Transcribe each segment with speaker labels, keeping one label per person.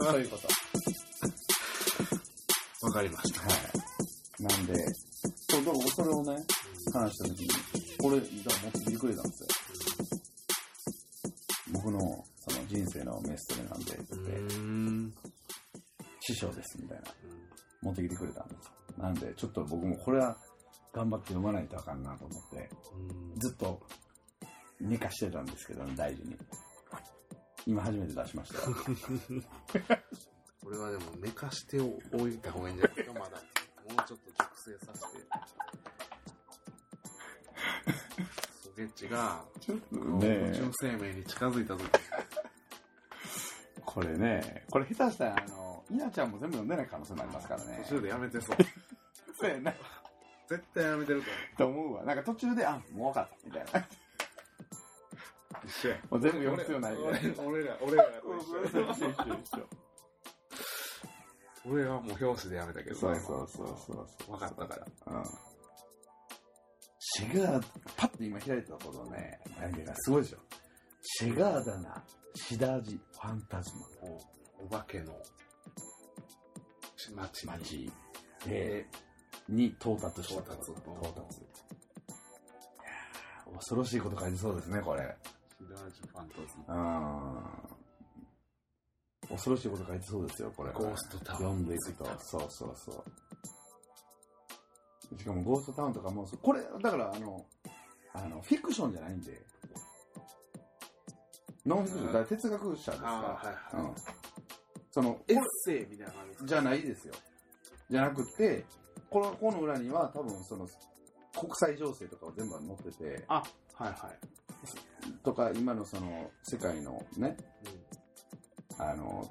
Speaker 1: そういうこと。
Speaker 2: わかりました。
Speaker 1: はい。なんで、そう、だからそれをね、話した時に、これ、じゃあ持ってきてくれたんですよ。僕の、その人生のメストレなんで、って
Speaker 2: うーん。
Speaker 1: 師匠です、みたいな。持ってきてくれたんですよ。なんで、ちょっと僕もこれは、頑張って読まないとあかんなと思って、ずっと、寝かしてたんですけどね、大事に。今初めて出しました よ。
Speaker 2: これはでも寝かしておいた方がいいんじゃないですか、まだ。もうちょっと熟成させて。スゲッチが、
Speaker 1: ちょっと
Speaker 2: 宇宙生命に近づいた時
Speaker 1: これね、これ下手したら、あの、稲ちゃんも全部読んでない可能性もありますからね。
Speaker 2: 途中でやめてそう。
Speaker 1: そうやな。
Speaker 2: 絶対やめてると
Speaker 1: と思うわ。なんか途中で、あ、もう分かった、みたい
Speaker 2: 思う。
Speaker 1: な。
Speaker 2: 一緒や。
Speaker 1: もう全部読む必要ないみたいな。
Speaker 2: 俺俺ら、俺らと
Speaker 1: そうそうそう
Speaker 2: 俺はもう表紙でやめたけど、
Speaker 1: そうそうそうそうそう。
Speaker 2: 分かったから。
Speaker 1: うん。シェガー、パッと今開いたところね、なんていうかすごいでしょ。シェガーダナ、シダジ、ファンタズマ、
Speaker 2: もうお化けの町に
Speaker 1: 街で、に到達した
Speaker 2: 到
Speaker 1: と。
Speaker 2: 達
Speaker 1: 到達。いやー恐ろしいこと感じそうですね、これ。
Speaker 2: シダージュファンタズム
Speaker 1: うん。恐ろしいこと書いてそうですよ、これ。
Speaker 2: ゴーストタウン
Speaker 1: 読んでいくと。そうそうそう。しかも、ゴーストタウンとかも、これ、だから、あの、あの、フィクションじゃないんで、ノンフィクション、だから哲学者ですか
Speaker 2: あー
Speaker 1: ら、
Speaker 2: はいはい
Speaker 1: うん。その、
Speaker 2: エッセイみたいな感じ
Speaker 1: じゃないですよ。じゃなくて、この、この裏には多分その、国際情勢とかを全部載ってて、
Speaker 2: あはいはい、
Speaker 1: とか、今のその、世界のね、あの、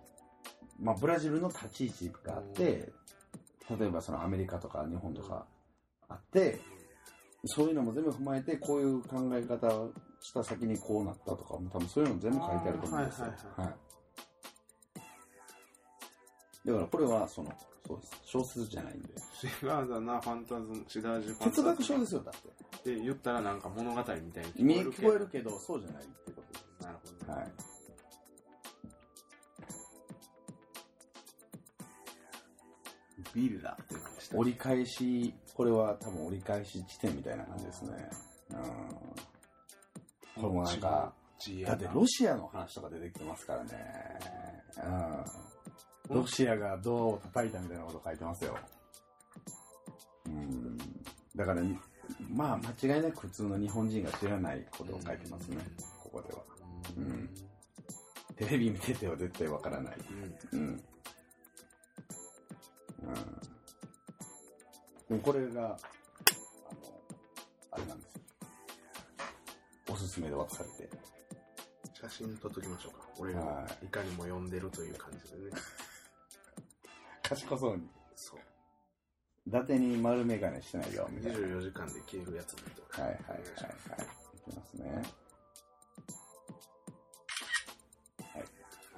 Speaker 1: まあ、ブラジルの立ち位置があって、例えばそのアメリカとか日本とかあって、そういうのも全部踏まえて、こういう考え方をした先にこうなったとか、多分そういうの全部書いてあると思うんですよ。
Speaker 2: あーはいはい
Speaker 1: はいだからこれは、その、そうです。小説じゃないんで。
Speaker 2: シガーダなファンタズムシダージュファンタズ
Speaker 1: 哲
Speaker 2: ム
Speaker 1: 学書ですよ、だって。
Speaker 2: って言ったらなんか物語みたいに
Speaker 1: 見え聞こえるけど、そうじゃないってことです。
Speaker 2: なるほど、ね
Speaker 1: はい。
Speaker 2: ビルだっていうのでした
Speaker 1: 折り返し、これは多分折り返し地点みたいな感じですね。うん。これもなんか、
Speaker 2: ジ
Speaker 1: だってロシアの話とか出てきてますからね。うん。ロシアがドアを叩いたみたいなこと書いてますよ。うん。だから、まあ間違いなく普通の日本人が知らないことを書いてますね。ここでは。
Speaker 2: うん、
Speaker 1: うんテレビ見てては絶対わからない。
Speaker 2: うん
Speaker 1: うん。うん。でもこれが、あの、あれなんですよ。おすすめで渡されて。
Speaker 2: 写真撮っときましょうか俺が
Speaker 1: はい
Speaker 2: いかにも呼んでるという感じでね
Speaker 1: 賢そうに。
Speaker 2: そう
Speaker 1: 伊達に丸眼鏡してないよ、みたいな。
Speaker 2: 24時間で消えるやつだとか
Speaker 1: はいはいはいはい。いきますね。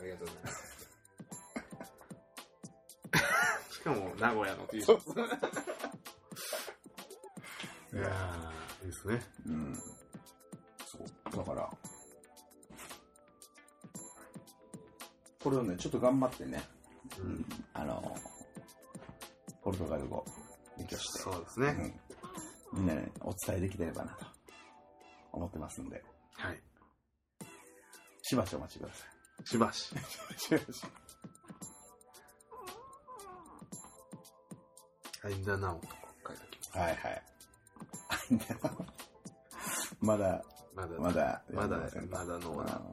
Speaker 2: ありがとうございます。 しかも、名古屋の T シ
Speaker 1: そ
Speaker 2: ャ
Speaker 1: う
Speaker 2: ツ。いやー、いいですね。
Speaker 1: うん。そう。だから、これをね、ちょっと頑張ってね、
Speaker 2: うん。
Speaker 1: あの、ポルトガル語勉強して。
Speaker 2: そうですね。
Speaker 1: うん、みんなにお伝えできればなと思ってますんで、
Speaker 2: はい。
Speaker 1: しばしお待ちくださ
Speaker 2: しばし。
Speaker 1: い。しばし。
Speaker 2: アインダナオとか書いておきま
Speaker 1: はいはい。 まだ、
Speaker 2: す。まだ、
Speaker 1: まだ、
Speaker 2: まだ
Speaker 1: やってせんか
Speaker 2: まだのだ
Speaker 1: うん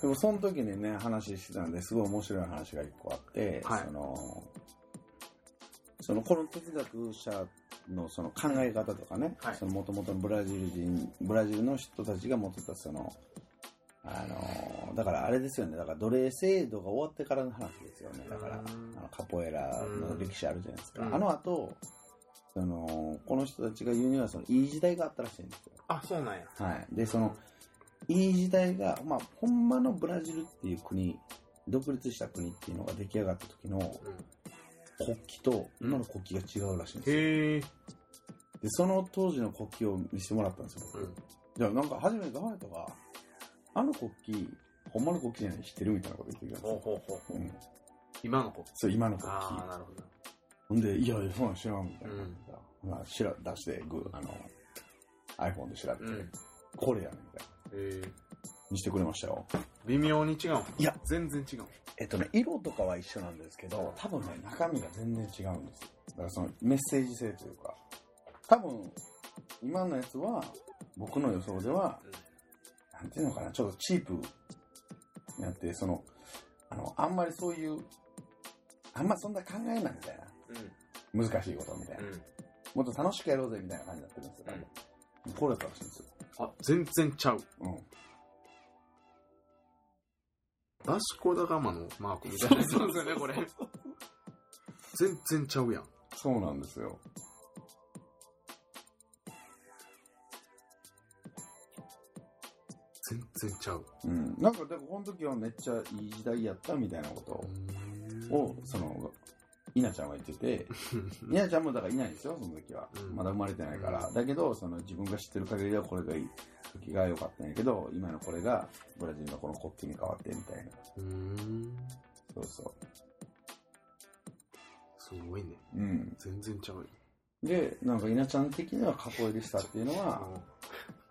Speaker 1: でもその時にね、話してたんですごい面白い話が一個あって、
Speaker 2: はい
Speaker 1: その、そのこの哲学者のその考え方とかね、
Speaker 2: はい
Speaker 1: そのもともとブラジル人、ブラジルの人たちが持ってたその、あの、だからあれですよね、だから奴隷制度が終わってからの話ですよね、だから、
Speaker 2: うん
Speaker 1: あのカポエラの歴史あるじゃないですか。
Speaker 2: うん
Speaker 1: あの後、その、この人たちが言うには、その、いい時代があったらしいんですよ。
Speaker 2: あ、そうなんや。
Speaker 1: はい。で、その、いい時代が、まあ、ほんまのブラジルっていう国、独立した国っていうのが出来上がった時の
Speaker 2: うん。
Speaker 1: 国旗と、今の国旗が違うらしいんですよ。
Speaker 2: へー。
Speaker 1: で、その当時の国旗を見せてもらったんですよ、
Speaker 2: う
Speaker 1: 僕。
Speaker 2: ん。
Speaker 1: じゃあ、なんか初めてガマネとか、あの国旗、ほんまの国旗じゃない知ってるみたいなこと言ってくれたんです
Speaker 2: ほう
Speaker 1: よ。
Speaker 2: ほうほうほう。
Speaker 1: うん、
Speaker 2: 今の子。
Speaker 1: そう、今の国
Speaker 2: ああ、
Speaker 1: 旗。
Speaker 2: なるほど。
Speaker 1: ほんで、いやいや、そんなん知らんみたいな感じで。まあ、しら出して、グー、あの、iPhone で調べて、
Speaker 2: うん。
Speaker 1: これやねみたいな。
Speaker 2: えー、
Speaker 1: 見してくれましたよ。
Speaker 2: 微妙に違う。
Speaker 1: いや、
Speaker 2: 全然違う。
Speaker 1: えっとね、色とかは一緒なんですけど、多分ね、中身が全然違うんですよ。だからそのメッセージ性というか、多分、今のやつは、僕の予想では、なんていうのかな、ちょっとチープになって、その、あの、あんまりそういう、あんまそんな考えないみたい
Speaker 2: うん。
Speaker 1: な。難しいことみたいな。
Speaker 2: うん。
Speaker 1: もっと楽しくやろうぜみたいな感じになってるんですよ、多分。これだったらしいんですよ。
Speaker 2: あ、全然ちゃう。
Speaker 1: うん。
Speaker 2: バシコダガマのマークみたいな。そうですよね、これ。全然ちゃうやん。
Speaker 1: そうなんですよ。
Speaker 2: 全然ちゃう。
Speaker 1: うん。なんか、だからこの時はめっちゃいい時代やったみたいなことを。を、その、稲ちゃんは 言ってて、稲ちゃんもだからいないですよ、その時は
Speaker 2: う。ん
Speaker 1: まだ生まれてないから。だけど、その自分が知ってる限りはこれがいい時が良かったんやけど、今のこれがブラジルのこの国旗に変わってみたいな。
Speaker 2: うーん。
Speaker 1: そうそ
Speaker 2: すごいね。
Speaker 1: う。うん。
Speaker 2: 全然ちゃうよ。
Speaker 1: で、なんか稲ちゃん的には囲いでしたっていうのは、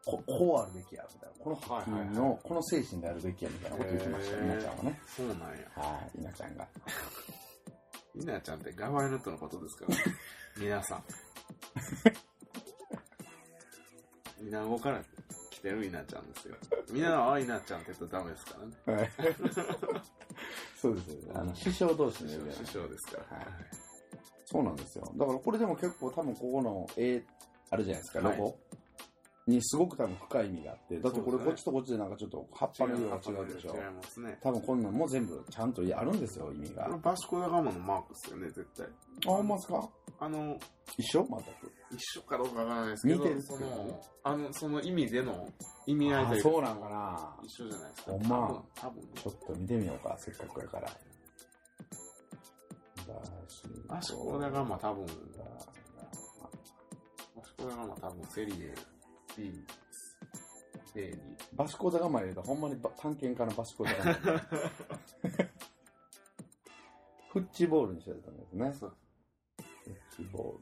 Speaker 1: ここうあるべきや、みたいな。この国旗
Speaker 2: はいはいは
Speaker 1: の、この精神であるべきや、みたいなこと言ってました、
Speaker 2: へー
Speaker 1: 稲ちゃんはね。
Speaker 2: そうなんや。
Speaker 1: はい、稲ちゃんが。
Speaker 2: みなちゃんってガバレネットのことですから、 皆さん。みなごから来てるいなちゃんですよ。みなはいなちゃんって言うとダメですからね。
Speaker 1: はい。そうですよね。あの、師匠同士
Speaker 2: 師
Speaker 1: の呼び合い
Speaker 2: 匠師匠ですから。は
Speaker 1: は
Speaker 2: いい。
Speaker 1: そうなんですよ。だからこれでも結構多分ここの絵あるじゃないですか、ロ
Speaker 2: はい
Speaker 1: ゴ、にすごく多分深い意味があって、だってこ
Speaker 2: そうで
Speaker 1: れ
Speaker 2: すね
Speaker 1: こっちとこっちでなんかちょっと葉っぱの色が違うでしょ
Speaker 2: 違い。ますね。
Speaker 1: 多分こんなんも全部ちゃんとあるんですよ、意味が。
Speaker 2: あのバシコダガマのマークですよね、絶対。
Speaker 1: あ、ほんまっすか
Speaker 2: あの、
Speaker 1: 一緒全く。
Speaker 2: 一緒かどうかわからないですけど、
Speaker 1: 似てる
Speaker 2: その、あの、その意味での意味合いと
Speaker 1: あ
Speaker 2: いうか、
Speaker 1: そうなんかな
Speaker 2: 一緒じゃないですか。
Speaker 1: ほんま
Speaker 2: 多分。多
Speaker 1: ちょっと見てみようか、せっかくやから。
Speaker 2: 分バシコダガマ多分、
Speaker 1: ガ
Speaker 2: もしこれはまあ多分セリエ B です。A に。
Speaker 1: バシコダガマ入れたらほんまにば探検家のバシコダガ マ。フッチボールにしてたんですね。
Speaker 2: そう
Speaker 1: フッチボ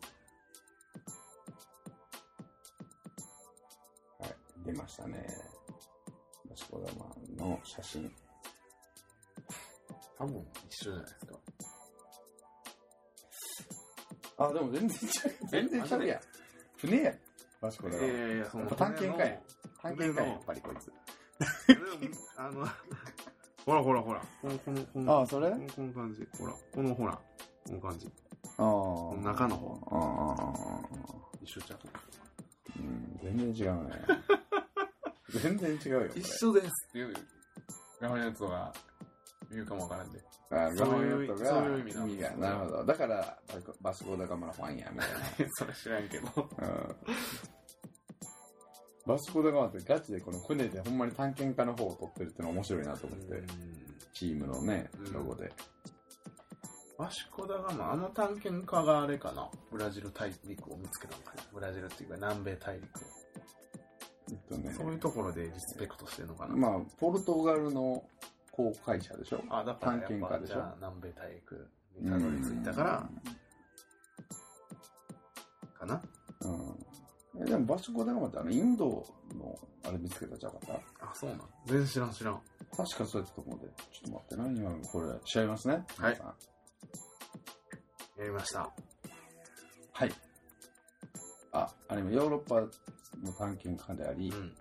Speaker 1: ール。はい、出ましたね。バシコダガマの写真。
Speaker 2: 多分一緒じゃないですか。
Speaker 1: あ、でも全然違う。全然違うやん。船やん。バシコダガマ。
Speaker 2: いやいや、そ
Speaker 1: やっぱ探検家や探検家や
Speaker 2: 船
Speaker 1: ん
Speaker 2: の
Speaker 1: やっぱりこいつ。
Speaker 2: 船のでもあの、ほらほらほら。この、この、この、
Speaker 1: あ、それ
Speaker 2: このこの感じ。ほら、このほら。この感じ。
Speaker 1: ああ。
Speaker 2: 中の方。
Speaker 1: ああ。
Speaker 2: 一緒ちゃう
Speaker 1: うん、全然違う ね。全然違うよ。これ
Speaker 2: 一緒ですっていう、ガマのやつが言うかもわからんで。
Speaker 1: あ
Speaker 2: そ
Speaker 1: ガ
Speaker 2: う
Speaker 1: マ
Speaker 2: いう
Speaker 1: ヨット
Speaker 2: そう
Speaker 1: が
Speaker 2: いう意味なんですね
Speaker 1: なるほどだからバスバスコダガマのファンやみたい
Speaker 2: それ知らんけど。
Speaker 1: な、うん、バスコダガマってガチでこの船でほんまに探検家の方を撮ってるっての面白いなと思って、
Speaker 2: うん
Speaker 1: チームのね
Speaker 2: うん
Speaker 1: ロゴで、
Speaker 2: ワシコダガマ、あの探検家があれかな。ブラジル大陸を見つけたのかな。ブラジルっていうか南米大陸を。
Speaker 1: えっとね
Speaker 2: そういうところでリスペクトしてるのかな。
Speaker 1: まあポルトガルの航海者でしょ
Speaker 2: あ、だから
Speaker 1: 探
Speaker 2: やっ
Speaker 1: 検家
Speaker 2: ぱ
Speaker 1: でし
Speaker 2: じ
Speaker 1: ょ
Speaker 2: ゃあ南米大陸にたどり着いたから、かな。
Speaker 1: うん、うんえでもバスコダガマってあのインドのあれ見つけたじゃなかった
Speaker 2: あ、そうなん。全然知らん知らん。
Speaker 1: 確かそうやったと思うんでちょっと待ってな今これ調べますね
Speaker 2: はい
Speaker 1: 皆さん
Speaker 2: やりました。
Speaker 1: はい。あ、あれもヨーロッパの探検家であ
Speaker 2: う
Speaker 1: り、
Speaker 2: ん。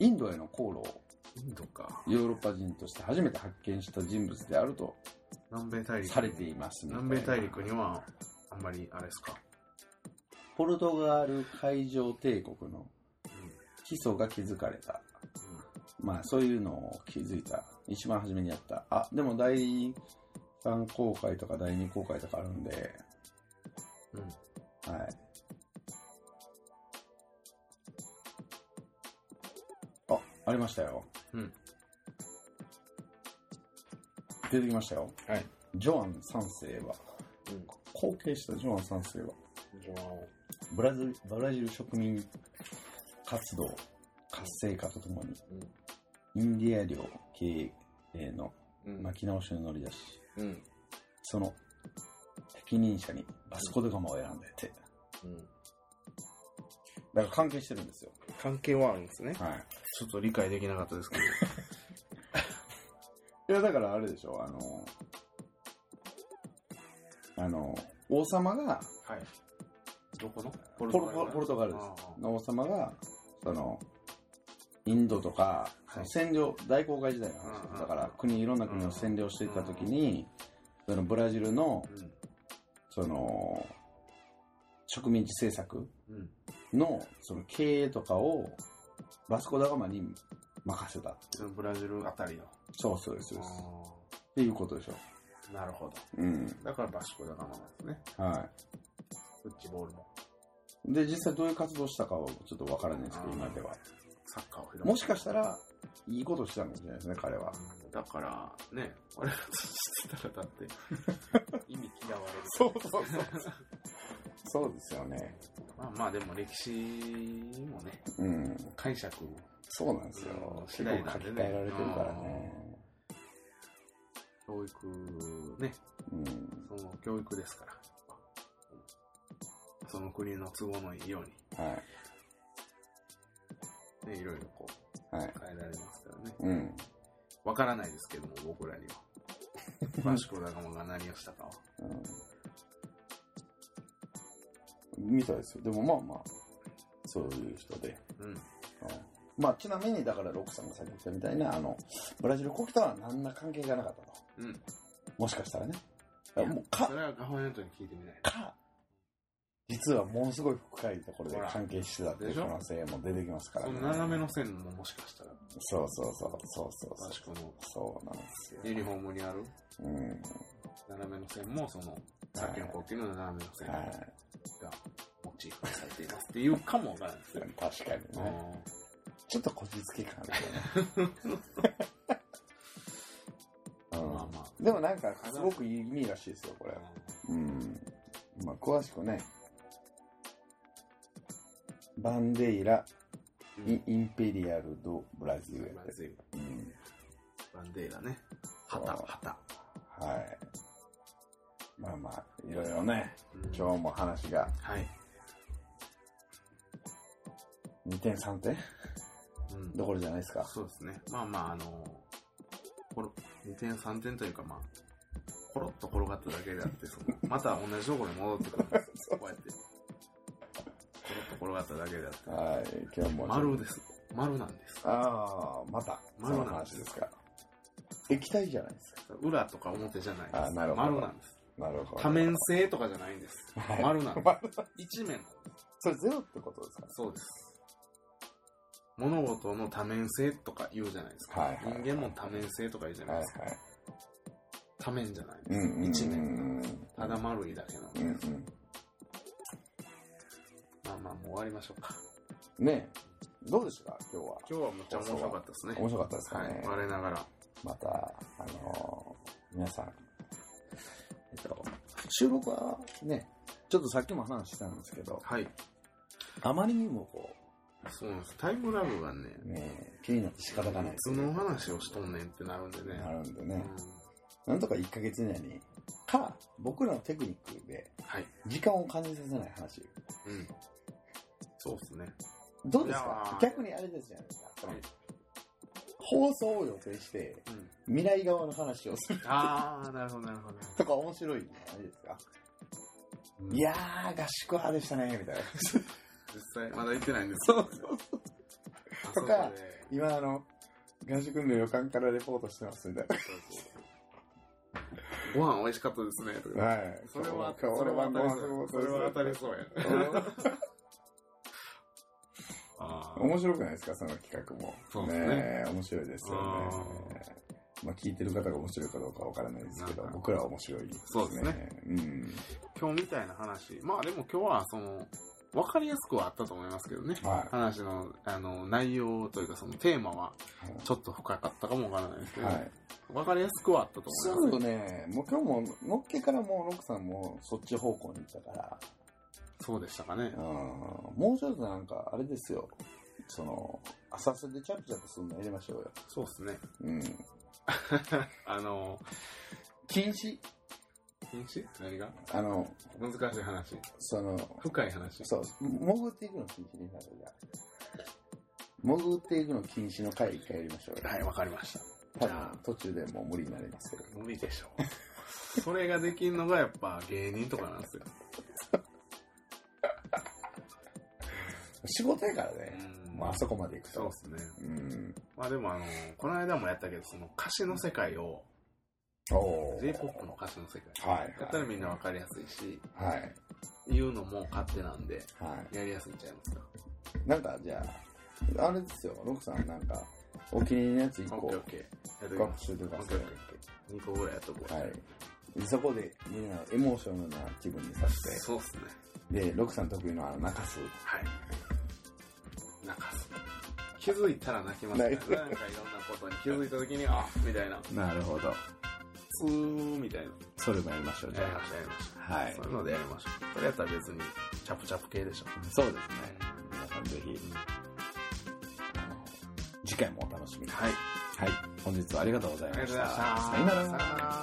Speaker 1: インドへの航路を
Speaker 2: インドか。
Speaker 1: ヨーロッパ人として初めて発見した人物であると
Speaker 2: 南米大陸。
Speaker 1: されていますみたいな
Speaker 2: 南米大陸には、あんまりあれですか。
Speaker 1: ポルトガル海上帝国の
Speaker 2: うん。うん
Speaker 1: 基礎が築かれた。まあそういうのを気づいた。一番初めにやった。あ、でも第3公開とか第2公開とかあるんで、
Speaker 2: うん。
Speaker 1: はい。あ、ありましたよ。
Speaker 2: うん
Speaker 1: 出てきましたよ。
Speaker 2: はい。
Speaker 1: ジョアン三世は、
Speaker 2: うん
Speaker 1: 後継したジョアン三世は、
Speaker 2: ジョアオ。
Speaker 1: ブラジルブラジル植民活動、活性化とともに、
Speaker 2: うん
Speaker 1: インディア領、敵への
Speaker 3: うん
Speaker 1: 巻き直しのノリだし、
Speaker 3: うん。
Speaker 1: その適任者にバスコデガマを選んでて、
Speaker 3: うん。
Speaker 1: だから関係してるんですよ。
Speaker 3: 関係はあるんですね。
Speaker 1: はい。
Speaker 2: ちょっと理解できなかったですけど。
Speaker 1: いや、だからあれでしょ、あの、あの、王様が、
Speaker 2: はい。どこのポ
Speaker 1: ポルポルポルトガルです
Speaker 2: ああ
Speaker 1: の王様が、その、インドとか、
Speaker 2: はい
Speaker 1: 占領、大航海時代の話
Speaker 2: うんう
Speaker 1: で
Speaker 2: ん
Speaker 1: す。だから、国、いろんな国を占領していった時に、そのブラジルの、その、植民地政策
Speaker 2: うん。うん。
Speaker 1: の、その経営とかを、バスコダガマに任せた。
Speaker 2: そのブラジルあたりの。
Speaker 1: そうそうです。そうです
Speaker 2: あ
Speaker 1: っていうことでしょ。
Speaker 2: あなるほど。
Speaker 1: うん。
Speaker 2: だからバシコだからなんですね。
Speaker 1: はい。
Speaker 2: フッチボールも。
Speaker 1: で、実際どういう活動をしたかはちょっとわからないですけど、
Speaker 2: あー
Speaker 1: 今では。
Speaker 2: サッカーを広めて
Speaker 1: もしかしたら、いいことをしたんじゃないですね、彼は。
Speaker 2: だから、ね、俺がしてたらだって、 意味嫌われる。
Speaker 1: そうそう そう。そうですよね。
Speaker 2: まあまあでも歴史もね、
Speaker 1: うん。
Speaker 2: 解釈も。
Speaker 1: そうなんです
Speaker 2: うん
Speaker 1: よ。結
Speaker 2: 次
Speaker 1: 構
Speaker 2: 第な
Speaker 1: 書
Speaker 2: ん
Speaker 1: き
Speaker 2: でね
Speaker 1: 換えられてるからね。
Speaker 2: 教育、ね、
Speaker 1: うん。
Speaker 2: その教育ですから。その国の都合のいいよう
Speaker 1: は
Speaker 2: に、ね、いろいろこ
Speaker 1: い。はい。
Speaker 2: う変えられますからね。
Speaker 1: うん。
Speaker 2: わからないですけども、僕らには。バシコ仲間が何をしたかは。
Speaker 1: うん。みたいですよ。でもまあまあ、そういう人で。
Speaker 2: うん。
Speaker 1: うんまあ、ちなみに、だから、ロックさんがさっき言ったみたいな、あの、ブラジル国とは何ら関係がなかったと。
Speaker 2: うん。
Speaker 1: もしかしたらね。だからもうか
Speaker 2: それはガホニャントに聞いてみない
Speaker 1: か、実はものすごい深いところで
Speaker 2: ほら
Speaker 1: 関係してたっていう
Speaker 2: でし
Speaker 1: 可
Speaker 2: ょ
Speaker 1: 能性も出てきますか
Speaker 2: と。
Speaker 1: ら
Speaker 2: その斜めの線ももしかしたら、
Speaker 1: そうそうそう、そうそうそ
Speaker 2: バ
Speaker 1: う
Speaker 2: シ。コの
Speaker 1: そうなんですよ。
Speaker 2: ユニフォームにある
Speaker 1: うん。
Speaker 2: 斜めの線も、その、さっきのコっていうのは斜めの線が
Speaker 1: は
Speaker 2: モチーフにされていますっていうかもわからないですよ。
Speaker 1: い。確かにね。ちょっとこじつけ感ある
Speaker 2: う
Speaker 1: よ
Speaker 2: ん
Speaker 1: ね。
Speaker 2: まあまあ
Speaker 1: うん。でもなんか、すごくいい意味らしいですよ、これ。うん。まあ、詳しくね。バンデイラ・
Speaker 2: うん
Speaker 1: イインペリアル・ド・ブラジルや
Speaker 2: ま
Speaker 1: って。
Speaker 2: ずい
Speaker 1: うん。
Speaker 2: バンデーラね。
Speaker 1: そう
Speaker 2: 旗、旗。
Speaker 1: はい。まあまあ、いろいろね、
Speaker 2: うん
Speaker 1: 今日も話が
Speaker 2: はい。
Speaker 1: 2点3点
Speaker 2: うん
Speaker 1: どころじゃないですか。
Speaker 2: そうですね。まあまあ、あの、ころ2点3点というか、まあ、コロッと転がっただけであって、そのまた同じところに戻ってくるんですよ。 こうやって。コロッと転がっただけであって。
Speaker 1: はい、今日も。
Speaker 2: 丸です。丸なんです。
Speaker 1: ああ、また、そ
Speaker 2: 丸
Speaker 1: の
Speaker 2: なん
Speaker 1: 話ですか。液体じゃないですか。
Speaker 2: 裏とか表じゃないです。
Speaker 1: あなるほど
Speaker 2: 丸なんです。
Speaker 1: なるほど。
Speaker 2: 多面性とかじゃないんです。
Speaker 1: はい
Speaker 2: 丸なんです。一面なんです。
Speaker 1: それゼロってことですか
Speaker 2: そうです。物事の多面性とか言うじゃないですか。
Speaker 1: はいはいはい
Speaker 2: 人間も多面性とか言うじゃな
Speaker 1: はいい
Speaker 2: ですか。
Speaker 1: はい。
Speaker 2: 多面じゃないんで
Speaker 1: う
Speaker 2: す。
Speaker 1: んうん。
Speaker 2: 一
Speaker 1: う
Speaker 2: 面
Speaker 1: ん
Speaker 2: ただ丸いだけなので
Speaker 1: う。ん。
Speaker 2: まあまあ、もう終わりましょうか。
Speaker 1: ねえどうでしたか今日は。
Speaker 2: 今日はめっちゃ面白かったですね。
Speaker 1: 面白かったですか
Speaker 2: はい
Speaker 1: ね。。
Speaker 2: 我ながら。
Speaker 1: また、あのー皆さん、えっと、収録はね、ちょっとさっきも話したんですけど、
Speaker 2: はい。
Speaker 1: あまりにもこ
Speaker 2: そうなんです。タイムラグがね、
Speaker 1: う、ね、気になって仕方がない
Speaker 2: いつの話をしとんねんってなるんでね。
Speaker 1: なるんで
Speaker 2: うん
Speaker 1: ね、なんとか1ヶ月以内に、か、僕らのテクニックで
Speaker 2: はい。
Speaker 1: 時間を感じさせない話。
Speaker 2: うん。そうですね。
Speaker 1: どうです
Speaker 2: いや
Speaker 1: か
Speaker 2: ー
Speaker 1: 逆にあれですじゃないですか。その
Speaker 2: はい
Speaker 1: 放送を予定して、
Speaker 2: うん。
Speaker 1: 未来側の話をする
Speaker 2: あー、なるほど、なるほど。
Speaker 1: とか面白いのあれですか、
Speaker 2: うん
Speaker 1: いやー、合宿派でしたね、みたいな。
Speaker 2: 実際、まだ行ってないんですけどねあそ
Speaker 1: と
Speaker 2: こ
Speaker 1: か
Speaker 2: で
Speaker 1: 今あの合宿の旅館からレポートしてますみたい
Speaker 2: ご飯美味しかったですね。と
Speaker 1: な。
Speaker 2: か
Speaker 1: はい。
Speaker 2: それは、そ
Speaker 1: 今日
Speaker 2: れ
Speaker 1: 俺
Speaker 2: は
Speaker 1: 晩
Speaker 2: 当た
Speaker 1: ご
Speaker 2: り
Speaker 1: 飯
Speaker 2: そうや。そ
Speaker 1: そう
Speaker 2: れ
Speaker 1: そう
Speaker 2: は当たりそうや。あー
Speaker 1: 面白くないですかその企画も。
Speaker 2: そうですね
Speaker 1: ねえ面白いですよね
Speaker 2: う。
Speaker 1: まあ聞いてる方が面白いかどうかわからないですけど
Speaker 2: なん、か
Speaker 1: 僕らは面白いですね。
Speaker 2: そうですね
Speaker 1: うん。
Speaker 2: 今日みたいな話。まあでも今日は、その、わかりやすくはあったと思いますけどね。
Speaker 1: はい
Speaker 2: 話の、あの、内容というか、そのテーマは、ちょっと深かったかもわからないですけど、
Speaker 1: は
Speaker 2: わ
Speaker 1: い。
Speaker 2: かりやすくはあったと
Speaker 1: す
Speaker 2: 思い
Speaker 1: ぐ
Speaker 2: ます。
Speaker 1: ね、もう今日も、のっけからもう、ロクさんもそっち方向に行ったから、
Speaker 2: そうでしたかね
Speaker 1: うん。。もうちょっとなんか、あれですよ。その、浅瀬でチャプチャプするのやりましょうよ。
Speaker 2: そうですね。
Speaker 1: うん。
Speaker 2: あの、
Speaker 1: 禁止
Speaker 2: 禁止何が
Speaker 1: あの、
Speaker 2: 難しい話。
Speaker 1: その、
Speaker 2: 深い話。
Speaker 1: そう、潜っていくの禁止になるじゃあ潜っていくの禁止の回一回やりましょうよ。
Speaker 2: はい、わかりました。
Speaker 1: 多分途中でもう無理になりますけど。
Speaker 2: 無理でしょう。それができんのがやっぱ芸人とかなんですよ。
Speaker 1: 仕事やからね。
Speaker 2: うん
Speaker 1: まあ、あそこまで行く
Speaker 2: そう
Speaker 1: と
Speaker 2: で。すね。
Speaker 1: うん。
Speaker 2: まあでもあの、この間もやったけど、その歌詞の世界を、
Speaker 1: おお。
Speaker 2: J-POP の歌詞の世界。
Speaker 1: はい。
Speaker 2: やったらみんなわかりやすいし、
Speaker 1: はい。
Speaker 2: 言うのも勝手なんで、
Speaker 1: は
Speaker 2: やりやすいんちゃいますか。
Speaker 1: い。なんか、じゃあ、あれですよ、ロクさんなんか、お気に入りのやつ一
Speaker 2: オッ
Speaker 1: 個
Speaker 2: ケーオ、ッケー。やっときま
Speaker 1: 学
Speaker 2: す。
Speaker 1: 習で
Speaker 2: オ
Speaker 1: ま
Speaker 2: ッ
Speaker 1: す
Speaker 2: ケーオ
Speaker 1: よ
Speaker 2: ッ。ケー。2個ぐらいやっとこう。
Speaker 1: はい。そこで、みんなをエモーショナルな気分にさせて、
Speaker 2: そうっすね。
Speaker 1: で、ロクさん得意のあの、泣かす。
Speaker 2: はい。泣かす。気づいたら泣きますね。なんかい
Speaker 1: 泣く
Speaker 2: ろんなことに気づいたときに、あみたいな。
Speaker 1: なるほど。
Speaker 2: つーみたいな。
Speaker 1: それもやりましょう、じ
Speaker 2: やり
Speaker 1: ゃ
Speaker 2: ました、やりました。
Speaker 1: あ。はい
Speaker 2: そういうのでやりましょう。それやったら別に、チャプチャプ系でしょ。
Speaker 1: そうですね。皆さんぜひ、あの次回もお楽しみに。
Speaker 2: はい。
Speaker 1: はい。本日はありがとうござい
Speaker 2: ありが
Speaker 1: ま
Speaker 2: とうご
Speaker 1: し
Speaker 2: ざい
Speaker 1: た。
Speaker 2: ました。
Speaker 1: さよなら。
Speaker 2: なら。